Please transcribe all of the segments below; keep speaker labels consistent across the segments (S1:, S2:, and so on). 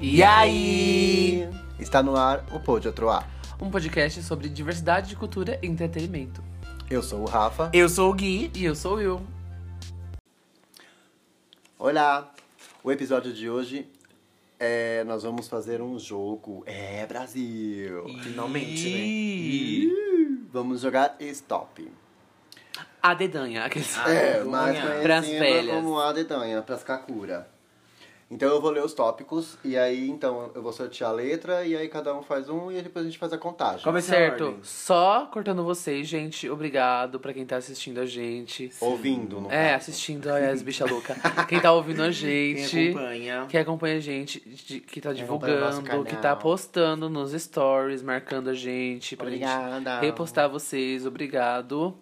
S1: E aí?
S2: Está no ar o Pô de Outro A.
S1: Um podcast sobre diversidade de cultura e entretenimento.
S2: Eu sou o Rafa.
S1: Eu sou o Gui. E eu sou o Will.
S2: Olá! O episódio de hoje é. Nós vamos fazer um jogo. É Brasil!
S1: Finalmente, né?
S2: E... Vamos jogar Stop.
S1: A dedanha, aqueles...
S2: É,
S1: Unha.
S2: mais
S1: Pras
S2: conhecida
S1: velhas.
S2: como a dedanha, pras kakura. Então eu vou ler os tópicos e aí então eu vou sortear a letra e aí cada um faz um e depois a gente faz a contagem.
S3: Como é que é a
S1: Certo.
S3: ordem?
S1: Só cortando vocês, gente. Obrigado pra quem tá assistindo a gente.
S2: Ouvindo, no
S1: É,
S2: caso.
S1: assistindo olha, as bichas loucas. Quem tá ouvindo a
S3: Quem
S1: gente.
S3: acompanha.
S1: Que acompanha a gente, de- que tá
S2: acompanha o nosso
S1: divulgando, que tá
S2: canal.
S1: postando nos stories, marcando a gente, pra
S2: Obrigada.
S1: gente repostar vocês, obrigado.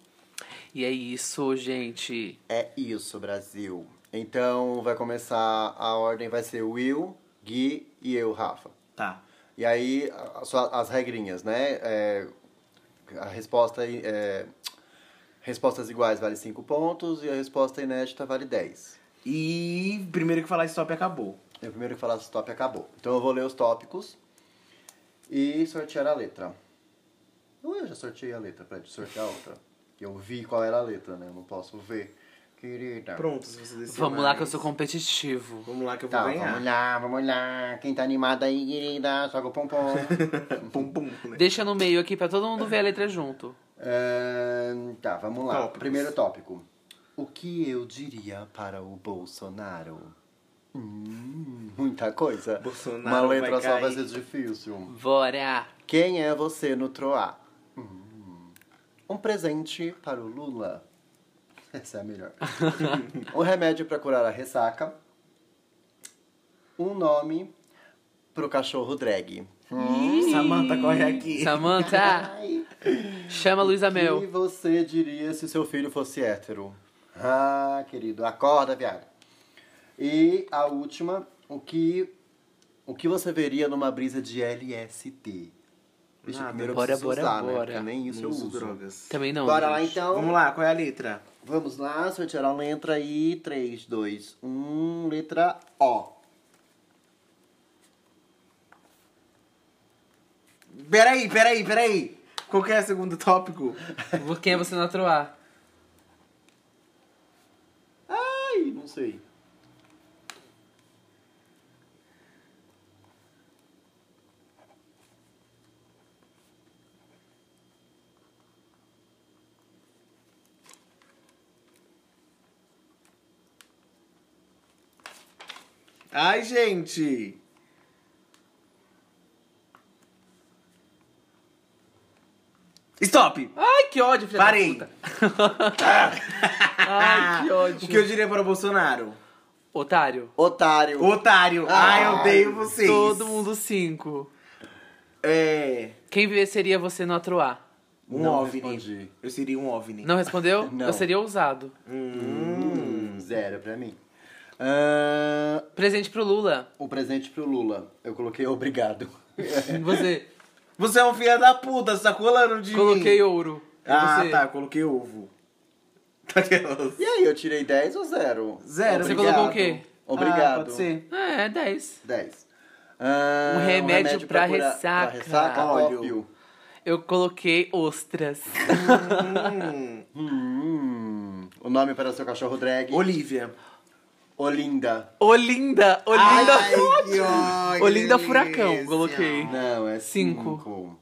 S1: E é isso, gente.
S2: É isso, Brasil. Então vai começar, a ordem vai ser Will, Gui e eu, Rafa.
S3: Tá.
S2: E aí, a- a sua- as regrinhas, né? É, a resposta aí, é, respostas iguais vale 5 pontos e a resposta inédita vale 10.
S3: E primeiro que falar stop acabou.
S2: E o primeiro que falar stop acabou. Então eu vou ler os tópicos e sortear a letra. Ou eu já sorteei a letra, pra sortear a outra. Eu vi qual era a letra, né? Eu não posso ver. Querida.
S3: Pronto, se você decidir.
S1: Vamos lá que eu sou competitivo.
S3: Vamos lá que eu vou
S2: Tá,
S3: ganhar.
S2: vamos lá, vamos lá. Quem tá animado aí, querida, joga o pompom.
S3: Pum, pum, né?
S1: Deixa no meio aqui pra todo mundo ver a letra junto.
S2: É, tá, vamos lá.
S3: Tópicos.
S2: Primeiro tópico. O que eu diria para o Bolsonaro? Hum, muita coisa.
S3: Bolsonaro
S2: Uma letra
S3: vai
S2: só vai
S3: cair.
S2: ser difícil.
S1: Bora!
S2: Quem é você no Troá? Hum, um presente para o Lula. Essa é a melhor. um remédio para curar a ressaca. Um nome pro cachorro drag.
S3: Samanta, corre É aqui.
S1: Samantha,
S2: Ai.
S1: chama Tá. a Luísa
S2: O que
S1: Mel.
S2: você diria se seu filho fosse hétero? Ah, querido, acorda, viado. E a última, o que o que você veria numa brisa de LSD? Deixa
S3: Nada,
S2: primeiro eu
S1: bora,
S2: preciso
S1: bora,
S2: usar, né?
S1: bora.
S2: Porque nem isso
S3: Não
S2: eu
S3: uso
S2: uso.
S3: drogas.
S1: Também não. né?
S2: Bora
S1: gente.
S2: lá então.
S3: Vamos lá, qual é a letra?
S2: Vamos lá, sortear a letra e 3, 2, 1, letra O.
S3: Peraí, peraí, peraí. Qual que é o segundo tópico?
S1: Quem é você na Troá?
S2: Ai, não sei.
S3: Ai, gente. Stop!
S1: Ai, que ódio, filha
S3: Parei.
S1: da puta. Ai, que ódio.
S3: Ah, O que eu diria para o Bolsonaro?
S1: Otário.
S2: Otário.
S3: Otário! Ai, eu odeio vocês!
S1: Todo mundo cinco.
S3: É.
S1: Quem vê seria você no Atroá?
S3: Um
S2: Não
S3: OVNI.
S2: respondi.
S3: Eu seria um OVNI.
S1: Não respondeu?
S2: Não.
S1: Eu seria ousado.
S2: Hum, zero pra mim. Ahn,
S1: Presente pro Lula.
S2: um presente pro Lula. Eu coloquei obrigado.
S1: Você.
S3: Você é um filho da puta, você tá colando de
S1: Coloquei
S3: mim.
S1: ouro. E
S3: Ah,
S1: você?
S3: tá, coloquei ovo. Tá Daquelas.
S2: E aí, eu tirei 10 ou 0?
S3: Zero.
S1: Você colocou o quê?
S2: Obrigado.
S3: Ah, pode ser.
S1: É, 10.
S2: 10. Ah,
S1: Um remédio pra
S2: curar-
S1: ressaca.
S2: Pra ressaca,
S3: Óleo.
S2: ópio.
S1: Eu coloquei ostras.
S3: Hum,
S2: Hum, o nome para seu cachorro drag?
S3: Olivia.
S2: Olinda.
S1: Olinda! Olinda!
S3: que ódio.
S1: Olinda Furacão, coloquei.
S2: Não, é
S1: Cinco.
S2: 5.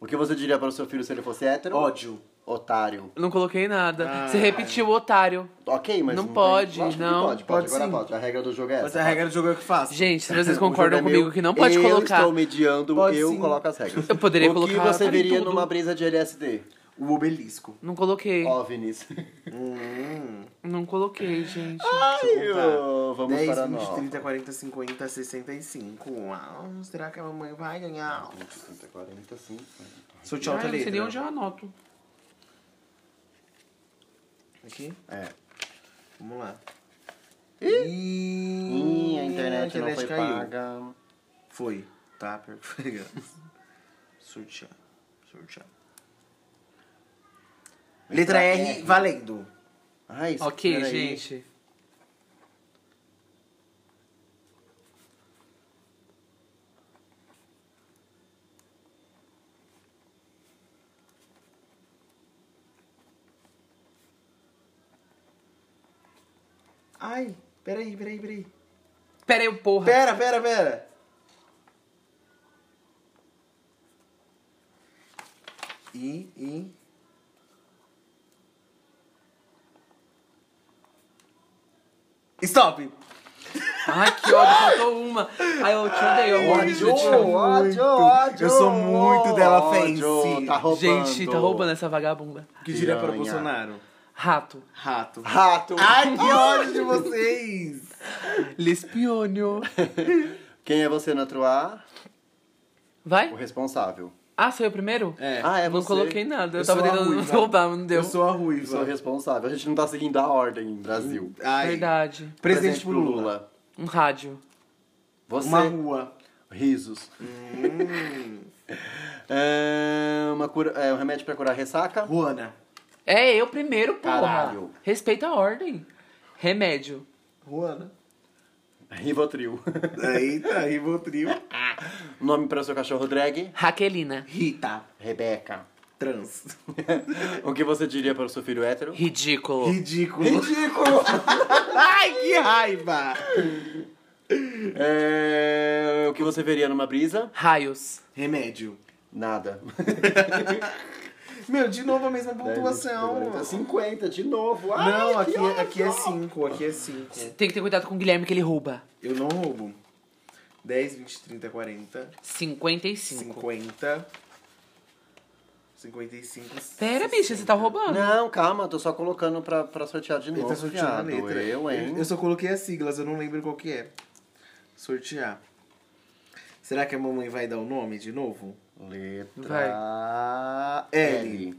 S2: O que você diria para o seu filho se ele fosse hétero?
S3: Ódio.
S2: Otário.
S1: Não coloquei nada.
S3: Ah.
S1: Você repetiu o otário.
S2: Ok, mas
S1: Não
S2: tem-
S1: pode,
S2: Lógico que
S1: não.
S2: Pode, pode,
S3: Pode
S2: agora
S3: sim.
S2: pode. A regra do jogo é essa.
S3: Mas a regra do jogo é o que faço.
S1: Gente, se vocês
S2: O jogo
S1: concordam
S2: é
S1: comigo
S2: meu,
S1: que não pode
S2: eu
S1: colocar.
S2: estou mediando,
S3: Pode
S2: eu
S3: sim.
S2: coloco as regras.
S1: Eu poderia
S2: o
S1: colocar
S2: que você
S1: pra
S2: veria
S1: tudo.
S2: numa brisa de LSD?
S3: O obelisco.
S1: Não coloquei.
S2: OVNIs.
S3: Hum.
S1: Não coloquei, gente.
S2: Ai,
S3: eu contar.
S2: ô, vamos
S3: 10,
S2: para
S3: 20,
S2: nós.
S3: 30, 40, 50, 65. Uau, será que a mamãe vai ganhar?
S2: 30, 40, 50.
S3: Sortear
S1: Ai,
S3: outra
S1: não sei
S3: letra.
S1: nem onde eu anoto.
S3: Aqui?
S2: É.
S3: Vamos lá.
S2: Ih,
S3: Ih,
S2: a internet não foi
S3: caiu.
S2: paga.
S3: Foi. Tá, perfeito. Surtear. Surtear. Letra R, valendo.
S2: Ai, isso,
S1: Ok,
S2: peraí.
S1: gente.
S3: Ai, peraí, peraí, peraí.
S1: Pera aí, porra.
S3: Pera, pera, pera. E, e... Stop!
S1: Ai, que ódio, faltou uma. Ai, eu te odeio, eu ódio. eu te
S2: ódio,
S1: amo.
S2: ódio,
S3: Eu sou muito dela fancy.
S2: ódio, tá roubando.
S1: Gente, tá roubando essa vagabunda.
S3: Que diria para
S2: Piranha.
S3: Bolsonaro?
S1: Rato.
S3: Rato.
S2: Rato.
S3: Ai, que ódio de vocês!
S1: Lespionio.
S2: Quem é você na Troá? O
S1: Vai?
S2: responsável.
S1: Ah, sou eu primeiro?
S3: É.
S2: Ah, é
S1: não
S2: você.
S1: coloquei nada. Eu,
S3: Eu
S1: tava
S3: sou a
S1: tentando
S3: ruiva.
S1: roubar, mas não deu.
S3: Eu sou a
S2: Eu sou o
S3: Ruiva.
S2: responsável. A gente não tá seguindo a ordem em Brasil.
S3: Ai.
S1: Verdade.
S3: Presente pro Lula.
S1: Um rádio.
S2: Você.
S3: Uma rua. Hum.
S2: Risos. É, uma cura... é, um remédio pra curar ressaca.
S3: Ruana.
S1: É eu primeiro, porra.
S2: Caralho.
S1: Respeita a ordem. Remédio.
S3: Ruana.
S2: Rivotril. Ah,
S3: Eita, Rivotril.
S2: Nome pra seu cachorro drag?
S1: Raquelina.
S3: Rita.
S2: Rebeca.
S3: Trans.
S2: o que você diria para o seu filho hétero?
S1: Ridículo.
S3: Ridículo.
S2: Ridículo!
S3: Ai, que raiva!
S2: É, o que você veria numa brisa?
S1: Raios.
S3: Remédio.
S2: Nada.
S3: Meu, de novo a mesma pontuação.
S2: 50, de novo. Ai,
S3: assim. Não, aqui,
S2: que ódio.
S3: aqui é 5, aqui é 5.
S1: Tem que ter cuidado com o Guilherme que ele rouba.
S3: Eu não roubo. 10, 20, 30, 40,
S1: 55.
S3: 50, 55.
S1: Pera, bicha, você tá roubando.
S2: Não, calma, tô só colocando pra, pra sortear de
S3: Ele
S2: novo.
S3: tá sorteando a
S2: viado.
S3: letra.
S2: Eu, hein?
S3: Eu só coloquei as siglas, eu não lembro qual que é. Sortear. Será que a mamãe vai dar o nome de novo?
S2: Letra
S3: L.
S2: L.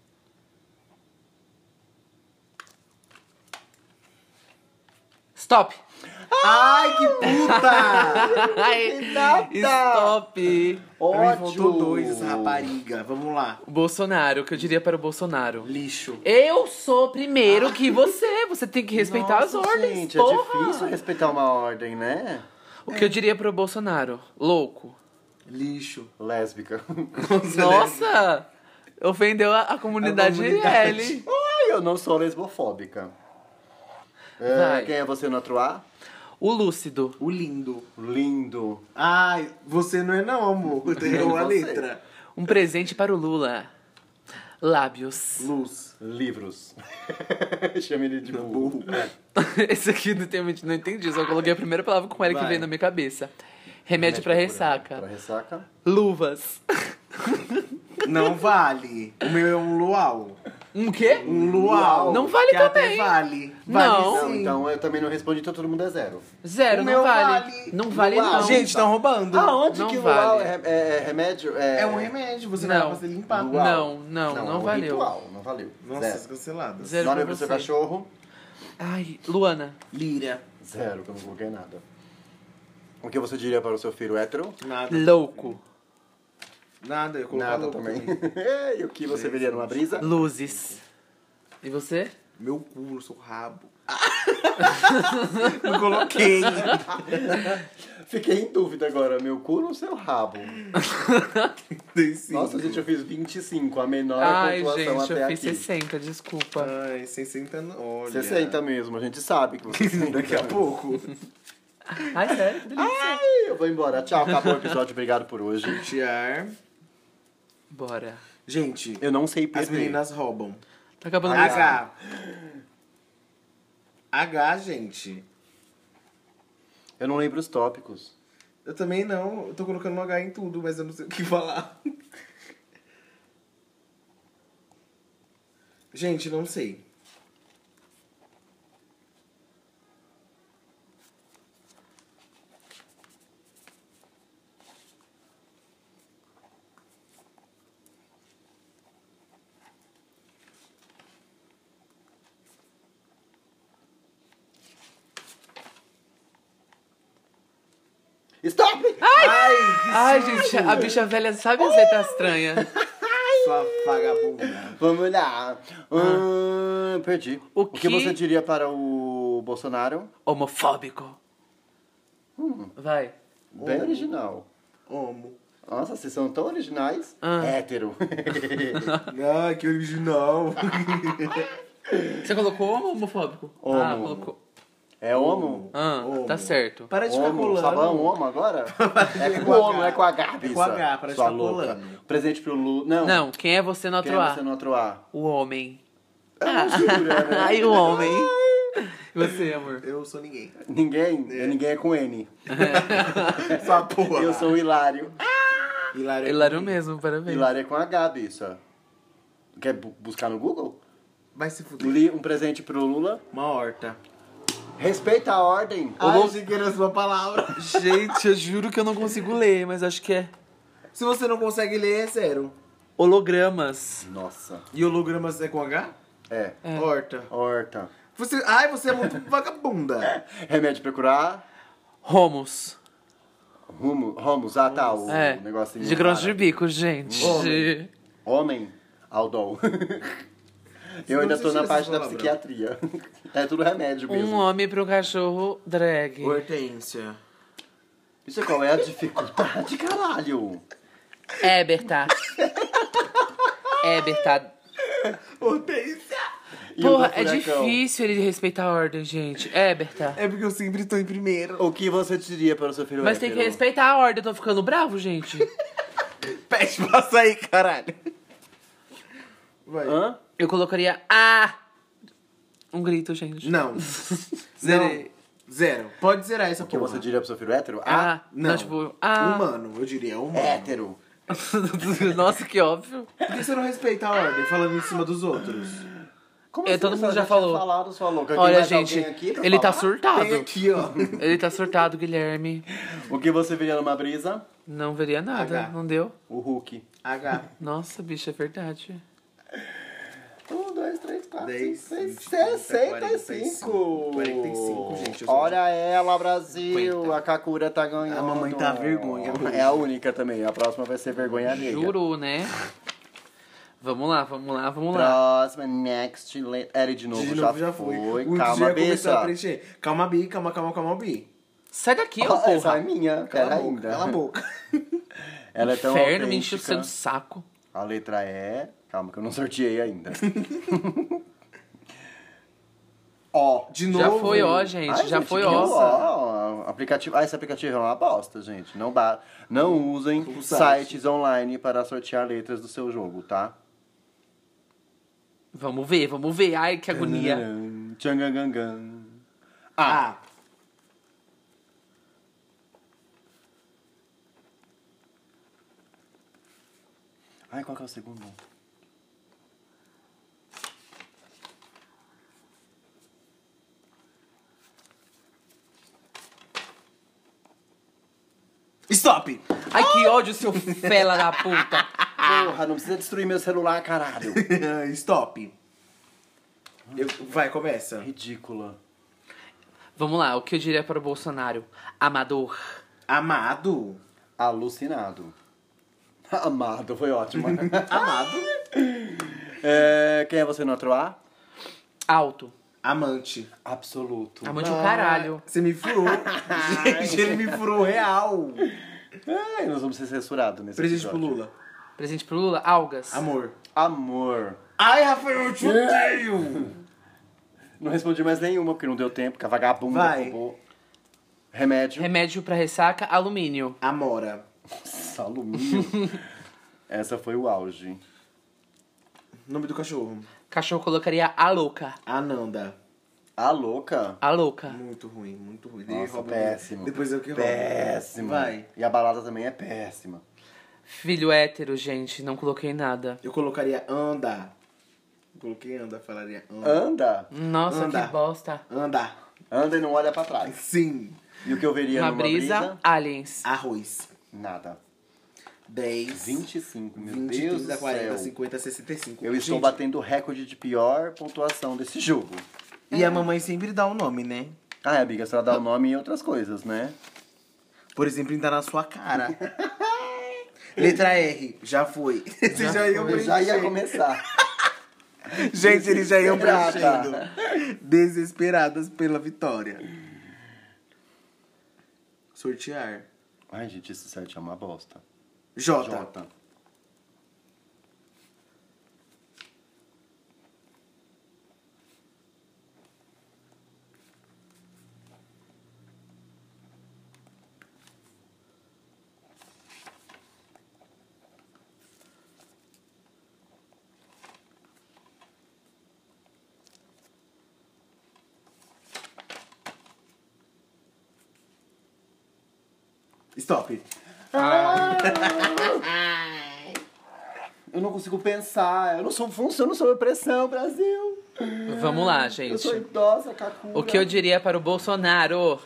S1: Stop.
S3: Ai, que puta!
S1: Stop.
S3: pra mim
S2: Ódio.
S3: faltou dois, rapariga. Vamos lá.
S1: O Bolsonaro, o que eu diria para o Bolsonaro?
S3: Lixo.
S1: Eu sou primeiro que você. Você tem que respeitar as
S2: Nossa,
S1: ordens,
S2: Gente,
S1: porra.
S2: é difícil respeitar uma ordem, né?
S1: O que eu diria para o Bolsonaro? Louco.
S3: Lixo.
S2: Lésbica. né?
S1: Nossa! Ofendeu a, a comunidade,
S3: comunidade.
S1: L.
S2: Ai, eu não sou lesbofóbica. É,
S1: Vai.
S2: quem é você no outro A?
S1: O lúcido.
S3: O lindo.
S2: Lindo.
S3: Ai, você não é não, amor. Eu tenho a
S2: Você.
S3: letra.
S1: Um presente para o Lula. Lábios.
S3: Luz.
S2: Livros. Chama ele de burro. É.
S3: Burro.
S1: Esse aqui não, tem, não entendi, só coloquei a primeira palavra com L que
S3: Vai.
S1: veio na minha cabeça. Remédio para
S2: Pra
S1: ressaca.
S2: ressaca.
S1: Luvas.
S3: Não vale. O meu é um luau.
S1: Um quê?
S3: Um luau.
S1: Não vale
S3: que até
S1: também.
S3: vale. Vale
S1: Não.
S2: Não,
S3: sim.
S2: então eu também não respondi, então todo mundo é zero.
S1: Zero,
S3: O
S1: não
S3: meu
S1: vale.
S3: vale.
S1: Não vale,
S2: Luau.
S1: não.
S3: Gente, então- estão roubando.
S1: Não
S2: que
S1: vale.
S2: luau é, é- é remédio? É,
S3: É um remédio, você
S1: Não.
S3: vai pra você limpar.
S2: Luau.
S1: não, não, não,
S2: é um
S1: valeu.
S2: Ritual, não valeu.
S3: Nossa,
S2: zero.
S3: cancelado.
S1: Zero
S2: Nome
S1: pra
S2: pro seu
S1: você.
S2: cachorro?
S1: Ai, Luana.
S3: Lira.
S2: Zero, que eu não coloquei nada. O que você diria para o seu filho hétero?
S3: Nada.
S1: Louco.
S3: Nada, eu coloquei
S2: Nada
S3: louco
S2: também. e o que você veria numa brisa?
S1: Luzes. E você?
S3: Meu cu, eu sou rabo. Não coloquei.
S2: Fiquei em dúvida agora, meu cu no seu rabo.
S3: Tem sim.
S2: Nossa, gente, eu fiz 25, a menor
S1: Ai,
S2: pontuação
S1: gente,
S2: até
S1: eu fiz
S2: aqui.
S1: 60, desculpa.
S3: Ai, 60 não. Olha.
S2: 60 mesmo, a gente sabe que você
S3: Daqui a pouco.
S1: Ai, sério, que delícia.
S2: Ai, eu vou embora. Tchau, acabou o episódio, obrigado por hoje.
S3: Tiar.
S1: Bora.
S3: Gente,
S2: Eu não sei
S3: as
S2: perder.
S3: meninas roubam.
S1: Tá acabando o episódio.
S3: H. H, gente.
S2: Eu não lembro os tópicos.
S3: Eu também não. Eu tô colocando um H em tudo, mas eu não sei o que falar. Gente, não sei.
S2: Stop!
S3: Ai,
S1: Ai,
S3: que susto!
S1: gente, a bicha velha sabe as letras estranhas.
S3: Sua vagabunda.
S2: Vamos lá. Ahn, perdi.
S1: Ah. O
S2: que
S1: que-
S2: você diria para o Bolsonaro? Hum.
S1: Homofóbico. Vai.
S2: Bem original.
S3: Homo.
S2: Nossa, vocês são tão originais.
S1: Ah.
S2: Hétero.
S3: Ah, que original.
S1: Você colocou homo ou homofóbico?
S2: Homo.
S1: Ah, colocou.
S2: é homo?
S1: Ah,
S3: Homo.
S1: tá certo.
S3: Para de ficar
S2: Homo,
S3: colando.
S2: só vai um homo agora? É com
S3: Com
S2: o homo,
S3: H.
S2: é com H,
S3: É com
S2: bicha.
S3: H, parece
S2: Sua
S3: que tá
S2: louca.
S3: colando.
S2: Presente pro Lu. Não,
S1: Não, quem é você no
S2: quem
S1: outro
S2: é
S1: A?
S2: você no outro A?
S1: O homem. Ah.
S2: Eu não jura, né?
S1: Ai, o homem. E você, amor?
S3: Eu sou ninguém.
S2: Ninguém? Ninguém é com N.
S3: Sua porra.
S2: Eu sou o Hilário.
S3: Hilário. é
S1: Hilário mesmo, parabéns.
S2: Hilário é com H, bicha. Quer bu- buscar no Google?
S3: Vai se fuder.
S2: Li um presente pro Lula.
S3: Uma horta.
S2: Respeita a ordem.
S1: Ai,
S3: Ou se queira a sua palavra.
S1: Gente, eu juro que eu não consigo ler, mas acho que é
S3: Se você não consegue ler, é zero.
S1: hologramas.
S2: Nossa.
S3: E hologramas é com H?
S2: É.
S1: É.
S3: Horta.
S2: Horta.
S3: Você... Ai, você é muito vagabunda.
S2: Remédio pra curar.
S1: Romos.
S2: Rumo, Romos, ah tá, o
S1: É.
S2: negocinho.
S1: De grãos de
S2: cara.
S1: bico, gente.
S3: Homem.
S2: Homem, Aldol. Eu
S3: não
S2: ainda tô
S3: existia
S2: na
S3: esse
S2: parte da
S3: palavrão.
S2: psiquiatria. É tudo remédio
S1: Um
S2: mesmo.
S1: homem pra um cachorro drag.
S3: Hortência.
S2: Isso qual é a dificuldade, caralho?
S1: Éberta. Éberta.
S3: Hortência.
S2: E o
S1: Porra,
S2: do
S1: é
S2: furacão?
S1: difícil ele respeitar a ordem, gente. Éberta.
S3: É porque eu sempre tô em primeiro.
S2: O que você diria para o seu filho
S1: Mas tem que
S2: hétero?
S1: respeitar a ordem, eu tô ficando bravo, gente.
S3: Pede pra sair, caralho. Vai.
S2: Hã?
S1: Eu colocaria a. Um grito, gente.
S3: Não.
S1: Zerei.
S3: Não. Zero. Pode zerar essa
S2: O que
S3: porra.
S2: você diria para o seu filho hétero?
S1: A.
S2: Ah, É.
S1: Não, tipo, a.
S3: Humano, eu diria.
S1: Ah.
S3: Humano.
S2: hétero.
S1: Nossa, que óbvio.
S3: Por que você não respeita a ordem falando em cima dos outros?
S2: Como assim
S1: É, todo
S2: essa
S1: mundo já
S2: gente
S1: falou.
S2: Falado, sua louca? Tem
S1: Olha,
S2: mais
S1: gente,
S2: alguém aqui pra
S1: ele tá
S2: falar?
S1: surtado.
S3: Tem aqui, ó.
S1: Ele tá surtado, Guilherme.
S2: O que você viria numa brisa?
S1: Não veria nada,
S3: H.
S1: não deu.
S2: O Hulk.
S3: H.
S1: Nossa, bicho, é verdade.
S2: Um, dois, três, quatro, cinco,
S3: Dez,
S2: seis,
S3: vinte, trinta,
S2: sessenta e cinco.
S3: 45, gente, eu sou-
S2: Olha ela, Brasil. A Kakura tá ganhando.
S3: A mamãe tá vergonha.
S2: É a única também. A próxima vai ser vergonha alheia.
S1: Juro, né? Vamos lá, vamos lá, vamos lá.
S2: Próxima, next. le- Era de novo,
S3: De
S2: já,
S3: novo já foi.
S2: foi.
S3: O dia
S2: Calma,
S3: começou a
S2: bicha.
S3: preencher. Calma, Bi, calma, calma, calma, Bi.
S1: Sai daqui, ô
S2: Ó, Essa
S1: porra.
S2: é minha.
S3: Cala
S2: Ela
S3: a boca,
S2: ainda.
S3: cala a boca.
S2: Ela é tão
S1: Inferno, me enche o
S2: autêntica.
S1: seu saco.
S2: A letra é. Calma, que eu não sorteei ainda. Ó.
S3: De novo.
S1: Já foi, ó, gente.
S2: Ai,
S1: já foi,
S2: que
S1: ó.
S2: ó, aplicativo, ah, esse aplicativo é uma bosta, gente. Não, ba... não usem
S3: O site.
S2: sites online para sortear letras do seu jogo, tá?
S1: Vamos ver, vamos ver. Ai, que agonia.
S2: Tchananã, tchangangangan. Ah,
S3: A.
S2: ai, qual que é o segundo?
S3: Stop!
S1: Ai, que ódio, seu fela da puta.
S2: Porra, não precisa destruir meu celular, caralho.
S3: Stop. Eu- vai, começa.
S2: Ridícula.
S1: Vamos lá, o que eu diria para o Bolsonaro? Amador.
S3: Amado.
S2: Alucinado. Amado, foi ótimo.
S3: Amado.
S2: É, quem é você no outro A?
S1: Alto.
S3: Amante.
S2: Absoluto.
S1: Amante o caralho.
S3: Ah, Você me furou. Gente, ele me furou real.
S2: Ai, nós vamos ser censurados nesse
S3: Presente pro
S2: episódio.
S3: Lula.
S1: Presente pro Lula, algas.
S3: Amor.
S2: Amor.
S3: Ai, Rafael, eu te odeio.
S2: Não respondi mais nenhuma, porque não deu tempo, que a vagabunda
S3: Vai.
S2: roubou. Remédio.
S1: Remédio para ressaca, alumínio.
S3: Amora.
S2: Nossa, alumínio. Essa foi o auge.
S3: Nome do cachorro.
S1: Cachorro colocaria a louca.
S3: Ananda.
S2: A louca.
S1: A louca.
S3: Muito ruim, muito ruim. Ele
S2: Nossa,
S3: rouba-
S2: péssimo.
S3: Depois eu que roubo.
S2: Péssimo.
S3: Vai.
S2: E a balada também é péssima.
S1: Filho hétero, gente, não coloquei nada.
S3: Eu colocaria anda. Coloquei anda, falaria anda.
S2: Anda.
S1: Nossa,
S3: Anda.
S1: que bosta.
S3: Anda.
S2: Anda e não olha pra trás.
S3: Sim.
S2: E o que eu veria
S1: Uma
S2: numa
S1: brisa,
S2: brisa?
S1: aliens.
S3: Arroz.
S2: Nada.
S3: 10.
S2: 25, meu
S3: 20,
S2: Deus
S3: 30,
S2: do
S3: 40,
S2: céu.
S3: 50, 65.
S2: Eu estou
S3: Gente,
S2: batendo o recorde de pior pontuação desse jogo.
S3: E a mamãe sempre dá o nome, né?
S2: Ah, é, amiga, a senhora dá o nome e outras coisas, né?
S3: Por exemplo, ainda na sua cara. Letra R, já foi. Vocês já iam
S2: Eu já ia
S3: preenchendo.
S2: começar.
S3: Gente, eles já iam preenchendo.
S2: Desesperada.
S3: Desesperadas pela vitória. Sortear.
S2: Ai, gente, esse site é uma bosta.
S3: J.
S2: Jota.
S3: Stop.
S2: Eu não consigo pensar. Eu não sou funciono sob pressão, Brasil.
S1: Vamos lá,
S2: Ah, Eu sou
S1: gente.
S2: idosa, cacunda.
S1: O que eu diria para o Bolsonaro?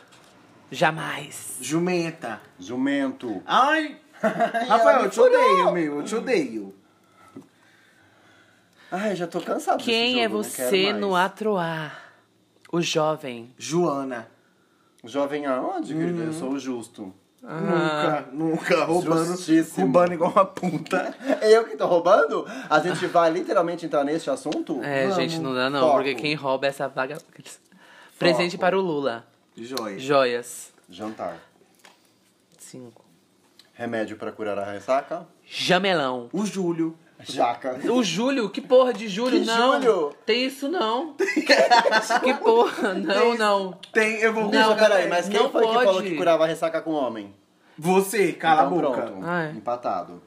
S1: Jamais.
S3: Jumenta.
S2: Jumento.
S3: Ai!
S2: ela
S3: Rafael,
S2: me
S3: eu te odeio,
S2: furou.
S3: meu. Eu te odeio.
S2: Ai, já tô cansado
S1: Quem é
S2: desse jogo, não
S1: você
S2: quero
S1: no
S2: mais.
S1: atroar? O jovem.
S3: Joana.
S2: Jovem aonde, querida? Eu sou o justo.
S3: Nunca, nunca. Roubando,
S2: Ah. Justíssimo.
S3: roubando igual uma puta.
S2: Eu que tô roubando? A gente vai literalmente entrar neste assunto?
S1: É,
S3: Vamos,
S1: gente, não dá não,
S2: foco.
S1: porque quem rouba essa vaga. Presente para o Lula.
S3: Joia.
S1: Joias.
S2: Jantar.
S1: Cinco.
S2: Remédio pra curar a ressaca?
S1: Jamelão.
S3: O Júlio.
S2: Jaca.
S1: O Júlio? Que porra de Júlio?
S2: Que
S1: não.
S2: Júlio?
S1: Tem isso não. que porra? Não, não.
S3: Tem, eu vou...
S1: Não,
S2: Não, peraí, mas quem
S1: não
S2: foi que falou
S1: pode.
S2: que curava a ressaca com homem?
S3: Você, cala
S2: então,
S3: a boca.
S2: pronto.
S1: Ah, é.
S2: Empatado.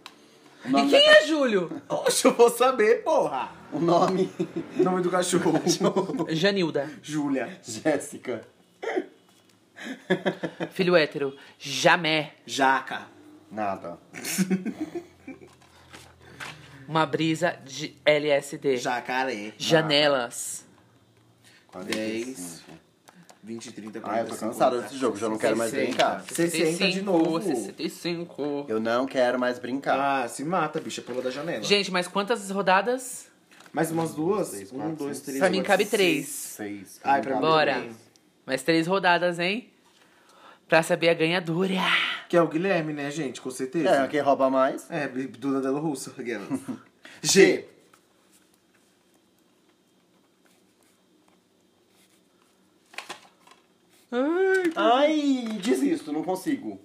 S2: O
S1: E
S2: nome,
S1: quem
S2: da-
S1: é Júlio?
S3: Oxe, eu vou saber, porra.
S2: o nome...
S3: Nome do cachorro.
S1: Janilda.
S3: Júlia.
S2: Jéssica.
S1: Filho hétero. Jamé.
S3: Jaca.
S2: Nada.
S1: Uma brisa de LSD.
S3: Jacaré.
S1: Janelas.
S2: Tá 45.
S3: 20, 30, 40,
S2: Ah, eu tô cansada desse jogo, já não quero mais brincar.
S3: 60 de
S1: 65,
S3: novo.
S1: 65.
S2: Eu não quero mais brincar.
S3: Ah, se mata, bicha, pula da janela.
S1: Gente, mas quantas rodadas?
S3: Mais umas duas?
S2: Seis,
S3: um,
S2: quatro,
S3: dois,
S2: cinco,
S3: três.
S1: pra mim
S3: quatro,
S1: cabe
S3: seis.
S1: três.
S2: Seis.
S3: Ah. Ai, pra mim
S1: Bora.
S3: também.
S1: Mais três rodadas, hein? Pra saber a ganhadora.
S3: Que é o Guilherme, né, gente? Com
S2: É,
S3: certeza.
S2: quem rouba mais?
S3: É, Duda Delo Russo. aquelas. G.
S2: Ai, desisto, não consigo.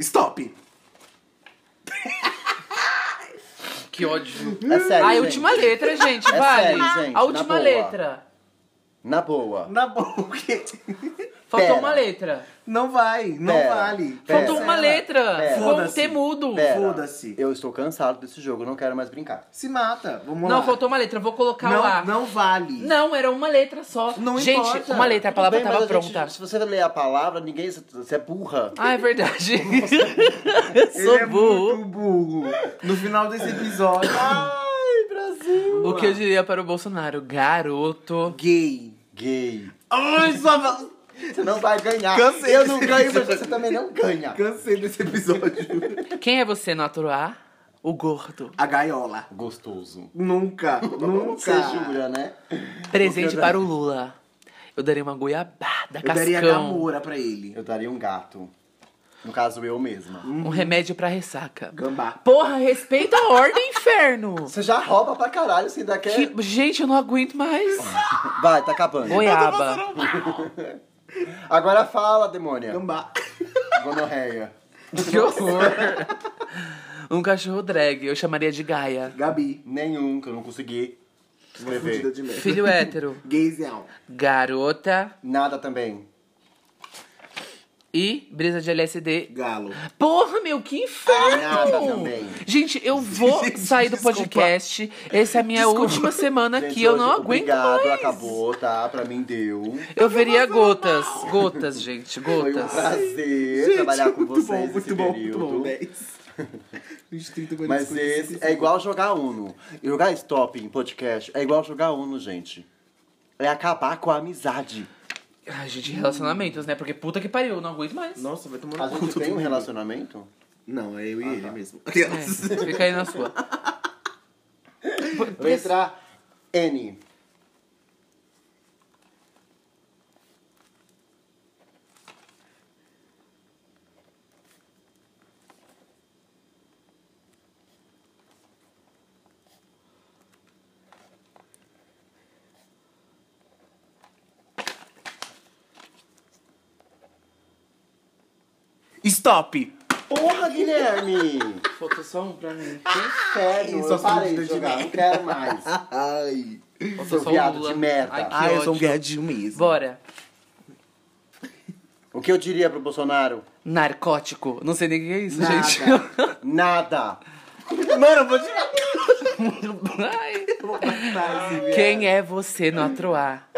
S3: Stop.
S1: Que ódio.
S3: Hum.
S2: É sério,
S1: Ai, Ah,
S2: gente.
S1: última letra, gente,
S2: É
S1: vale.
S2: sério, gente,
S1: a
S2: na
S1: última
S2: boa.
S1: letra.
S2: Na boa.
S3: Na boca.
S1: Faltou
S2: Pera.
S1: uma letra.
S3: Não vai, não
S2: Pera,
S3: vale.
S2: pera.
S1: Faltou
S2: Pera.
S1: uma letra.
S2: Pera.
S1: Ficou um
S3: Foda-se.
S1: T mudo.
S2: Pera,
S3: Foda-se.
S2: Eu estou cansado desse jogo, não quero mais brincar.
S3: Se mata. Vamos lá.
S1: Não, faltou uma letra. Eu vou colocar o A.
S3: Não, não vale.
S1: Não, era uma letra só.
S3: Não
S1: gente,
S3: importa.
S1: uma letra, a palavra
S2: Tudo bem,
S1: tava
S2: mas a gente-
S1: pronta.
S2: se você ler a palavra, ninguém. Você é burra.
S1: Ah, é verdade. Eu
S3: Ele
S1: sou
S3: é
S1: burro.
S3: muito burro. No final desse episódio.
S2: Ah. Ai, Brasil.
S1: O que eu diria para o Bolsonaro? Garoto.
S3: gay.
S2: Gay.
S3: Ai, só
S2: Você não vai ganhar.
S3: Cansei
S2: Eu não
S3: desse
S2: ganho, mas
S3: episódio.
S2: você também não ganha.
S3: Cansei desse episódio.
S1: Quem é você no atuar? O gordo.
S3: A gaiola.
S2: Gostoso.
S3: Nunca, nunca.
S2: Você jura, né?
S1: Presente
S2: eu
S1: para o Lula. Eu daria uma goiabada,
S3: Eu daria
S1: cascão.
S3: Gamora pra ele.
S2: Eu daria um gato. No caso, eu mesma.
S3: Hum.
S1: Um remédio para ressaca.
S3: Gambá.
S1: Porra, respeita a ordem, inferno.
S2: Você já rouba pra caralho, você ainda quer.
S1: Que- gente, eu não aguento mais.
S2: Vai, tá acabando.
S1: Goiaba.
S2: Agora fala, demônia.
S3: Gambá.
S2: Gonorreia.
S1: Que horror. Um cachorro drag. Eu chamaria de Gaia.
S3: Gabi.
S2: Nenhum, que eu não consegui
S3: Uma fudida
S2: escrever.
S3: de merda.
S1: Filho hétero.
S3: Gayzão.
S1: Garota.
S2: Nada também.
S1: E brisa de LSD
S3: Galo.
S1: Porra, meu, que inferno!
S2: Nada também.
S1: Gente, eu vou
S3: Gente,
S1: sair do
S3: desculpa.
S1: podcast. Essa é a minha última semana aqui,
S2: Gente,
S1: eu
S2: hoje,
S1: não aguento
S2: Obrigado,
S1: mais.
S2: acabou, tá? Pra mim deu.
S1: Eu veria gotas, gotas, gente,
S2: Foi um
S1: gotas.
S2: prazer
S3: Gente,
S2: trabalhar com
S3: muito
S2: vocês
S3: bom,
S2: esse
S3: muito bom,
S2: período.
S3: muito bom. 10. 20, 30, 40,
S2: Mas
S3: 50,
S2: esse
S3: 60.
S2: é igual jogar Uno. Jogar stop em podcast é igual jogar Uno, gente. É acabar com a amizade.
S1: Ai, gente, relacionamentos, né? Porque puta que pariu, eu não aguento mais.
S3: Nossa, vai tomar
S2: A
S3: no cu
S2: gente
S3: todo
S2: tem um
S3: mundo.
S2: relacionamento?
S3: Não, é eu e ele mesmo.
S1: É, fica aí na sua.
S2: Letra N.
S1: Stop!
S2: Porra, Guilherme!
S1: Faltou só um pra mim.
S2: Inferno,
S3: Isso,
S2: eu
S3: assunto
S2: parei de
S3: de
S2: jogar,
S3: merda.
S2: não quero mais.
S3: Ai.
S2: Seu
S1: só o
S2: viado
S1: Lula.
S2: de merda.
S1: Ai, que
S3: Ai, eu sou um
S1: ódio.
S3: viadinho mesmo.
S1: Bora.
S2: O que eu diria pro Bolsonaro?
S1: Narcótico. Não sei nem o que é isso,
S2: Nada.
S1: gente.
S2: Nada.
S3: Mano, eu vou tirar.
S1: Ai.
S3: Vou matar esse
S1: Quem é você no atroar?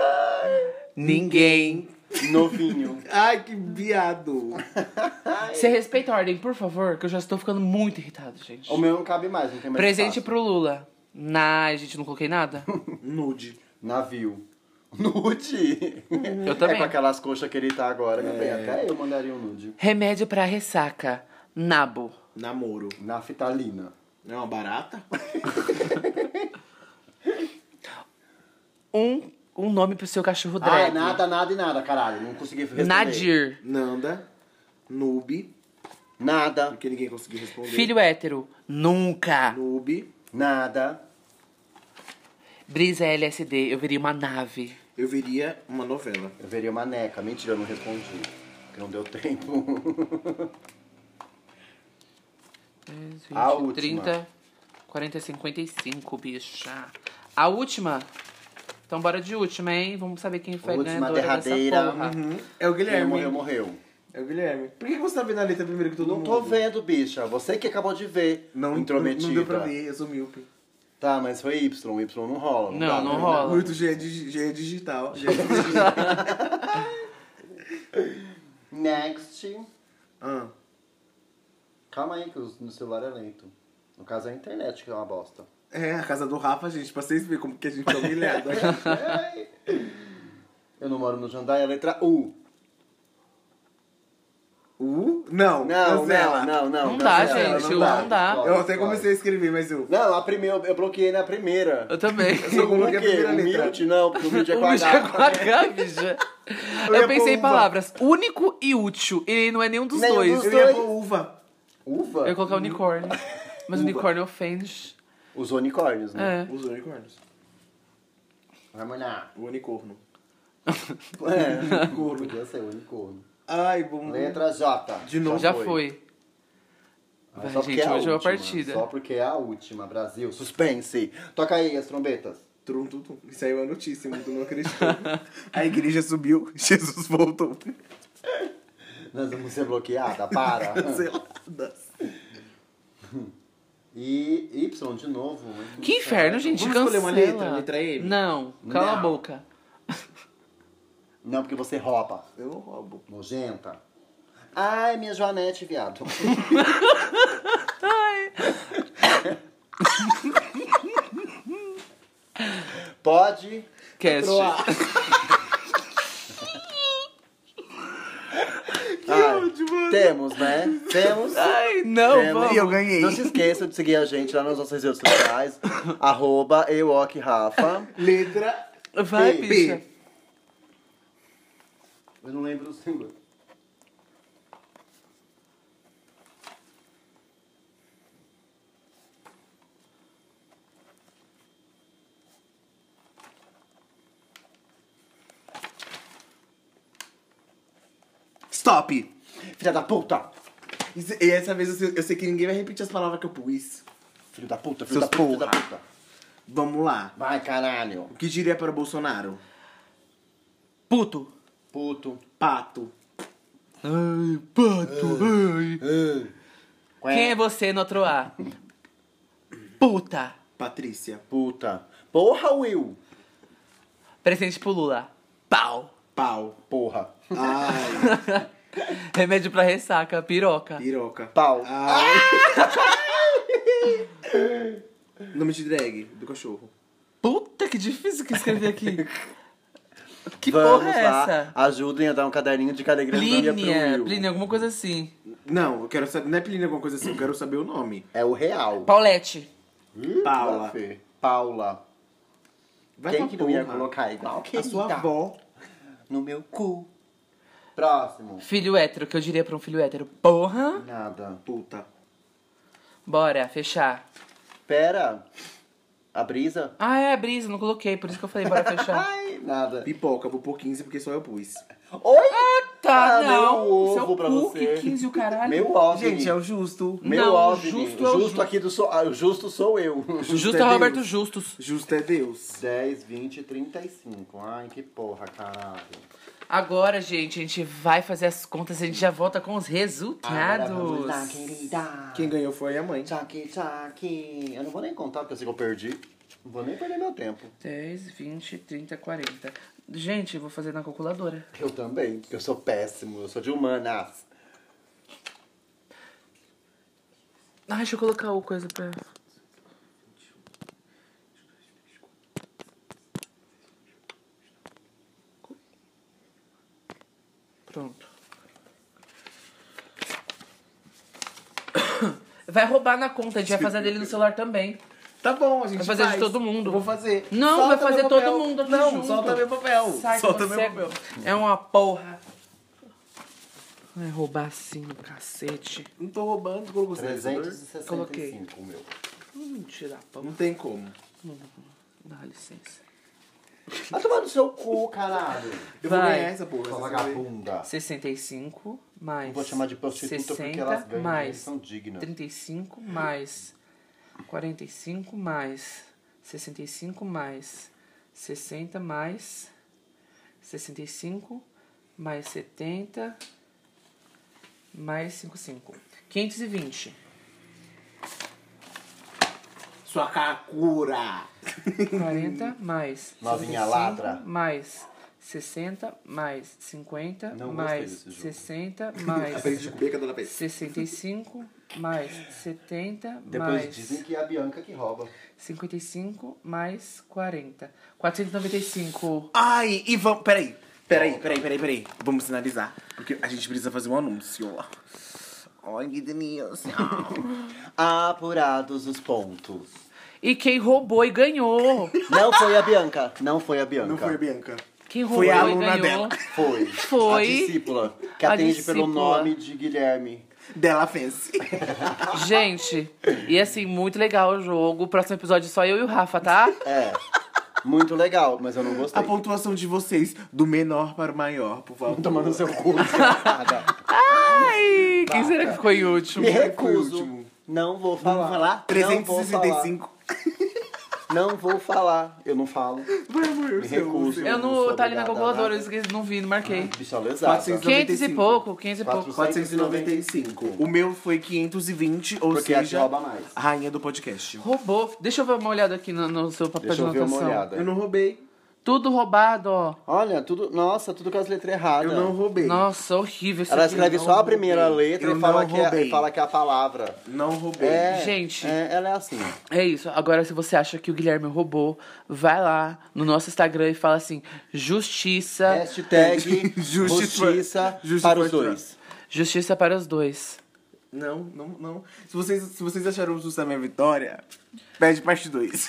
S1: Ninguém.
S2: Novinho.
S3: Ai, que viado.
S1: Você respeita a ordem, por favor, que eu já estou ficando muito irritado, gente.
S2: O meu não cabe mais, não tem é mais
S1: Presente
S2: espaço.
S1: pro Lula. Na, gente, não coloquei nada.
S3: Nude.
S2: Navio. Nude.
S1: Eu também.
S2: É com aquelas coxas que ele tá agora, meu bem. Até eu mandaria um nude.
S1: Remédio pra ressaca. Nabo.
S3: Namoro.
S2: Naftalina.
S3: É uma barata?
S1: Um, um nome pro seu cachorro
S2: Ah, é
S1: drag.
S2: nada, nada e nada, caralho. Não consegui responder.
S1: Nadir.
S3: Nanda. Noob.
S2: Nada.
S3: Porque ninguém conseguiu responder.
S1: Filho hétero. Nunca.
S3: Noob.
S2: Nada.
S1: Brisa LSD. Eu viria uma nave.
S3: Eu viria uma novela.
S2: Eu veria uma neca. Mentira, eu não respondi. Porque não deu tempo.
S1: 10, 20,
S2: A última.
S1: 30, 40, 55, bicha. A última? Então bora de última, hein? Vamos saber quem foi a
S2: Última
S1: ganhadora
S2: derradeira.
S1: dessa porra.
S3: É o
S2: Quem
S3: Guilherme.
S2: morreu, morreu.
S3: É o Guilherme. Por que que você tá vendo a letra primeiro que todo
S2: Não
S3: mundo?
S2: tô vendo, bicha. Você que acabou de ver.
S3: Não,
S2: intrometida.
S3: não deu pra ver, eu sou míope.
S2: Tá, mas foi Y. Y não rola.
S1: Não,
S2: dá,
S1: não
S2: né?
S1: rola.
S3: Muito G é, digi- G é digital. G é digital.
S2: Next.
S3: ah,
S2: Calma aí, que os- no celular é lento. No caso, é a internet que é uma bosta.
S3: é, a casa do Rafa, gente, pra vocês verem como que a gente é humilhado.
S2: Eu não moro no Jandai, é a letra U.
S3: uh? Não,
S2: Não,
S3: cancela.
S2: não, não, não.
S1: Não dá,
S2: cancela,
S1: gente,
S3: U
S1: não dá.
S2: Pode,
S3: Eu até
S2: pode.
S3: comecei a escrever, mas eu...
S2: Não, a primeira, eu bloqueei na primeira.
S1: Eu também.
S3: Eu só coloquei a
S2: Por quê?
S3: primeira letra.
S2: Humilde, não, porque humilde é com
S1: O bicho é com a
S2: H.
S1: H, bicha.
S3: Eu
S1: Eu,
S3: ia pôr
S1: pensei em
S3: uva.
S1: palavras único e útil. E não é nenhum dos
S2: um Nenhum
S1: dois.
S2: dos
S3: Eu
S2: dois.
S3: ia pôr uva.
S1: Eu
S2: Uva?
S1: ia colocar unicórnio. Mas unicórnio ofende.
S2: Os unicórnios,
S1: É.
S2: né?
S3: Os unicórnios.
S2: Vamos lá.
S3: O unicorno.
S2: É, corno. Podia ser unicórnio.
S3: Ai, bom.
S2: Letra J.
S3: De novo.
S1: Já foi.
S2: Ah,
S1: Vai,
S2: só porque
S1: gente,
S2: a
S1: hoje é uma
S2: última,
S1: partida.
S2: Só porque é a última, Brasil. Suspense. Toca aí as trombetas.
S3: Trum, tum, tum. Isso aí é uma notícia, muito não acreditou. a igreja subiu, Jesus voltou.
S2: Nós vamos ser bloqueada, para.
S3: Ah. Canceladas.
S2: E Y de novo. muito
S1: Que inferno, gente.
S3: Vamos
S1: cancela.
S3: escolher uma letra, letra M?
S1: Não, cala a
S2: Não.
S1: boca.
S2: Não, porque você rouba.
S3: Eu não roubo.
S2: Nojenta. Ai, minha Joanete, viado. Pode.
S1: Cast.
S2: troar.
S3: Que
S2: Ai,
S3: ódio, mano.
S2: Temos, né? Temos.
S1: Ai, não,
S2: Temos.
S1: vamos.
S3: E eu ganhei.
S2: Não se esqueça de seguir a gente lá nas nossas redes sociais. arroba euokirafa.
S3: Letra
S1: Vai,
S2: P.
S1: bicha.
S2: Eu não lembro o símbolo.
S3: Stop!
S2: Filha da puta!
S3: Isso- E essa vez eu sei, eu sei que ninguém vai repetir as palavras que eu pus.
S2: Filho da puta, filho
S3: Seus
S2: da puta, filho da
S3: porra.
S2: puta.
S3: Vamos lá.
S2: Vai, caralho.
S3: O que diria para o Bolsonaro?
S1: Puto.
S2: Puto.
S3: Pato.
S1: Ai, pato.
S3: Ah.
S2: Quem
S1: Ah. Quem é você no outro A? Puta.
S3: Patrícia.
S2: Puta. Porra, Will.
S1: Presente pro Lula. Pau.
S3: Pau.
S2: Porra.
S3: Ai.
S1: Remédio pra ressaca. Piroca.
S3: Piroca.
S2: Pau.
S3: Ai. Nome de drag do cachorro.
S1: Puta, que difícil que escrevi aqui. Que
S2: Vamos
S1: porra é
S2: lá.
S1: essa?
S3: é
S2: Ajudem a dar um caderninho de caligrafia pro
S1: Plínia.
S2: Will.
S1: Plínia, alguma coisa assim.
S3: Não, eu quero saber. Não é apelido alguma coisa assim, eu quero saber o nome.
S2: É o real.
S1: Paulette.
S2: Ih,
S3: Paula.
S2: lá, Fê. Paula.
S3: Vai
S2: Quem
S3: pra
S2: que não ia
S3: porra.
S2: colocar igual?
S3: A
S1: tá?
S3: sua
S2: Querida.
S3: avó.
S2: No meu cu. Próximo.
S1: Filho hétero, que eu diria pra um filho hétero. Porra!
S2: Nada.
S3: Puta.
S1: Bora, fechar.
S2: Pera. A brisa?
S1: Ah, é, brisa, não coloquei, por isso que eu falei, bora fechar.
S2: Ai, nada.
S3: Pipoca, vou pôr 15 porque só eu pus.
S2: Oi?
S1: Tá, não.
S2: Ah,
S1: é
S2: Meu ovo
S1: Seu
S2: pra
S1: cu,
S2: você.
S1: que 15 o caralho.
S2: Meu óbvio.
S3: Gente, é o justo.
S2: Meu
S1: Não,
S2: óbvio.
S1: justo
S2: Justo,
S1: é o justo.
S2: aqui do so... ah, o justo sou eu.
S1: Justo
S3: é
S1: é Roberto
S3: Deus.
S1: Justus.
S3: Justo é Deus.
S2: 10, 20, 35. Ai, que porra, caralho.
S1: Agora, gente, a gente vai fazer as contas e a gente já volta com os
S2: Agora vamos
S1: resultados.
S2: lá, querida.
S3: Ah. Quem ganhou foi a mãe.
S2: Tchac, tchac. Eu não vou nem contar, porque eu sei que eu perdi. Não vou nem perder meu tempo.
S1: 10, 20, 30, 40. Gente, eu vou fazer na calculadora.
S2: Eu também, porque eu sou péssimo. Eu sou de humanas.
S1: Ah, deixa eu colocar o coisa pra. Pronto. Vai roubar na conta, a gente vai fazer a dele no celular também.
S3: Tá bom, a gente
S1: Vai fazer de
S3: faz.
S1: todo mundo.
S3: Vou fazer.
S1: Não,
S3: Solta
S1: vai fazer
S3: meu
S1: todo
S3: papel.
S1: mundo aqui
S3: Não,
S1: junto.
S3: solta meu papel.
S1: Sai que
S3: solta
S1: você
S3: meu papel.
S1: É uma porra. Vai roubar assim, cacete.
S3: Não tô roubando, colocou silenciador.
S2: 365, meu.
S1: Hum, tirar pão.
S3: Não tem como.
S1: Dá licença.
S2: Vai tomar no seu cu, caralho.
S3: Eu vou
S1: Vai.
S3: ganhar essa porra.
S2: Sua
S3: vocês vão ver.
S2: vagabunda.
S1: 65 mais.
S2: Não vou chamar de prostituta porque elas ganham, elas
S1: mais
S2: são dignas.
S1: 35 mais 45 mais 65 mais 60 mais 65 mais 70 mais 55. 520.
S3: Sua cacura.
S1: 40 mais
S2: Novinha
S1: 65,
S2: ladra.
S1: mais 60 mais 50
S2: Não gostei
S1: mais
S2: desse jogo.
S1: 60 mais
S3: Aprendi a comer cada vez.
S1: 65 mais 70
S2: Depois
S1: mais
S2: dizem que é a Bianca que rouba.
S1: 55 mais 40. 495.
S3: Ai, e vamos. Peraí. Peraí, peraí, peraí, peraí. Vamos sinalizar. Porque a gente precisa fazer um anúncio. Ai, que delícia.
S2: Apurados os pontos.
S1: E quem roubou e ganhou.
S2: Não foi a Bianca. Não foi a Bianca.
S3: Não foi a Bianca.
S1: Quem roubou
S3: Foi a
S1: e
S3: aluna
S1: ganhou.
S3: dela.
S2: Foi.
S1: Foi.
S2: A discípula. Que
S1: A
S2: atende pelo
S1: discípula.
S2: nome de Guilherme.
S3: Dela fez.
S1: Gente, e assim, muito legal o jogo. O próximo episódio é só eu e o Rafa, tá?
S2: É. Muito legal, mas eu não gostei.
S3: A pontuação de vocês, do menor para o maior, por favor.
S2: Tomar no seu cu. desgraçada.
S1: Ai, quem será que ficou em último?
S2: Me
S3: foi o
S2: recuso.
S3: último.
S2: Não vou falar.
S3: Vamos falar?
S2: Não vou
S3: 365.
S2: falar. Não vou falar. Eu não falo.
S3: Vai, amor, eu
S2: Me
S3: sei, eu
S2: recuso.
S3: sei.
S1: Eu não.
S2: sou
S1: Tá ali na
S2: obrigada a
S1: calculadora, eu
S2: nada. Ah,
S1: esqueci, não vi, não marquei.
S2: Bicho lesada.
S3: 400.
S1: 500 e
S3: 95.
S1: pouco, 500 e pouco.
S3: 495. O meu foi 520, ou
S2: Porque é a
S3: seja,
S2: gente rouba mais.
S3: a rainha do podcast.
S1: Roubou. Deixa eu ver uma olhada aqui no, no seu papel
S2: Deixa eu
S1: de
S2: ver uma
S1: anotação.
S2: olhada.
S3: Eu não roubei.
S1: Tudo roubado, ó.
S2: Olha, tudo. Nossa, tudo com as letras erradas.
S3: Eu Ah, não roubei.
S1: Nossa, horrível isso
S2: Ela
S1: aqui.
S2: escreve
S1: Não
S2: só a
S1: roubei.
S2: primeira letra
S3: Eu
S2: e fala,
S3: não
S2: que é,
S3: roubei.
S2: e fala que é a palavra.
S3: Não roubei.
S2: É,
S1: Gente.
S2: é, ela é assim.
S1: É isso. Agora, se você acha que o Guilherme roubou, vai lá no nosso Instagram e fala assim:
S2: É,
S1: Justiça,
S2: Hashtag
S3: Justiça-
S2: justiça
S3: Justiça
S2: para os
S3: para-
S2: dois.
S1: justiça para os dois.
S3: Não, não, não. Se vocês, se vocês acharam justa a minha vitória, pede parte 2.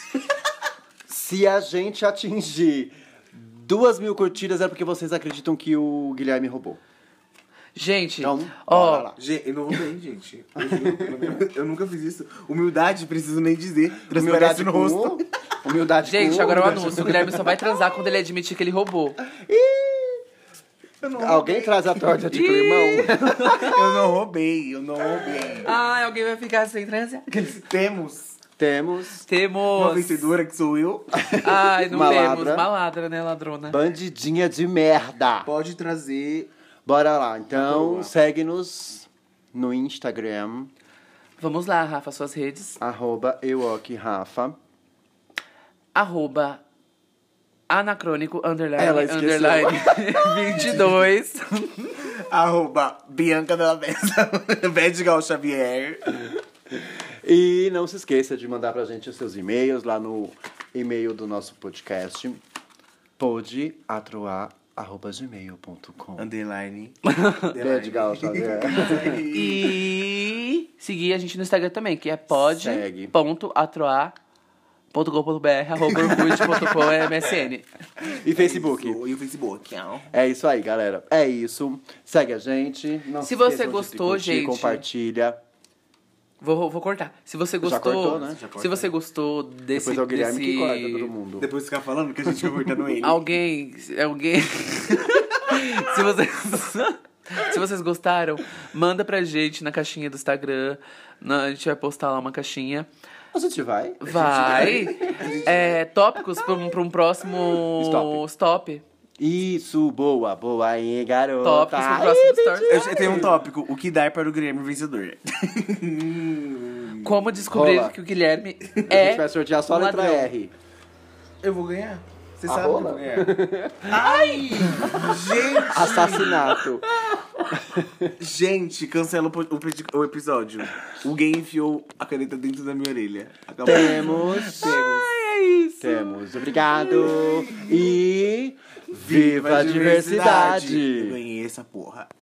S2: Se a gente atingir duas mil curtidas, é porque vocês acreditam que o Guilherme roubou.
S1: Gente,
S2: Então, bora
S1: ó,
S2: lá.
S3: Gente, eu não roubei, gente. Eu, juro, pelo menos, eu nunca fiz isso. Humildade, preciso nem dizer. Transparece
S2: Humildade
S3: no
S2: com
S3: rosto.
S2: um, humildade
S1: gente,
S2: com um,
S1: agora o
S2: humildade
S1: anúncio. O Guilherme só vai transar quando ele admitir que ele roubou.
S3: Eu não
S2: com- Alguém traz a torta de climão?
S3: Eu não roubei, eu não roubei.
S1: Ai, alguém vai ficar sem transar.
S3: Temos
S2: Temos
S3: uma
S1: Temos.
S3: vencedora que sou eu.
S1: Ai, não
S2: Maladra.
S1: temos. Maladra, né, ladrona?
S2: bandidinha de merda.
S3: Pode trazer.
S2: Bora lá, então
S3: Boa.
S2: segue-nos no Instagram,
S1: Vamos lá, Rafa, suas redes.
S2: arroba euokirafa.
S1: Arroba anacrônico underline
S2: Ela esqueceu.
S1: underline 22.
S3: Arroba Bianca Della Bessa. Vedigal Xavier.
S2: E não se esqueça de mandar pra gente os seus e-mails lá no e-mail do nosso podcast, podatroar.gmail.com. arroba gmail.com.
S3: Underline.
S2: Bad Gal, sabe?
S1: E seguir a gente no Instagram também, que é
S2: Segue.
S1: pod.atroa.com.br, arroba é, orkut.com.msn.
S2: E Facebook.
S3: E o Facebook. ó.
S2: É isso aí, galera. É isso. Segue a gente. Não
S1: Se você
S2: esqueçam de
S1: gostou,
S2: curtir,
S1: gente-
S2: Compartilha.
S1: Vou, vou cortar. Se você
S2: Já
S1: gostou,
S2: cortou, né? Já
S1: se você gostou desse...
S2: Depois é o Guilherme
S1: desse...
S2: que corta todo mundo.
S3: Depois ficar falando que a gente vai cortando ele.
S1: Alguém. Alguém. se vocês. Se vocês gostaram, manda pra gente na caixinha do Instagram. Na- A gente vai postar lá uma caixinha.
S2: A gente vai.
S1: Vai! É, tópicos pra um, pra um próximo.
S2: Stop.
S1: Stop.
S2: Isso, boa, boa aí, garota.
S1: Tópicos pro
S2: Ai,
S1: próximo
S2: Bad
S1: story.
S2: Gal.
S3: Eu tenho um tópico. O que dar para o Grêmio vencedor?
S1: Como descobrir
S2: Rola.
S1: que o Guilherme
S2: A
S1: é.
S2: gente vai sortear só a
S1: um
S2: letra
S1: ladrão.
S2: R.
S3: Eu vou ganhar. Você
S2: A
S3: sabe que eu
S2: rola?
S3: vou ganhar. Ai! gente!
S2: Assassinato.
S3: Gente, cancela o, po- o pedi- o episódio. Alguém enfiou a caneta dentro da minha orelha. Acabou.
S2: Temos.
S1: Ai, é isso.
S2: Temos. Obrigado. E. Viva a
S3: diversidade.
S2: diversidade.
S3: Eu ganhei essa porra.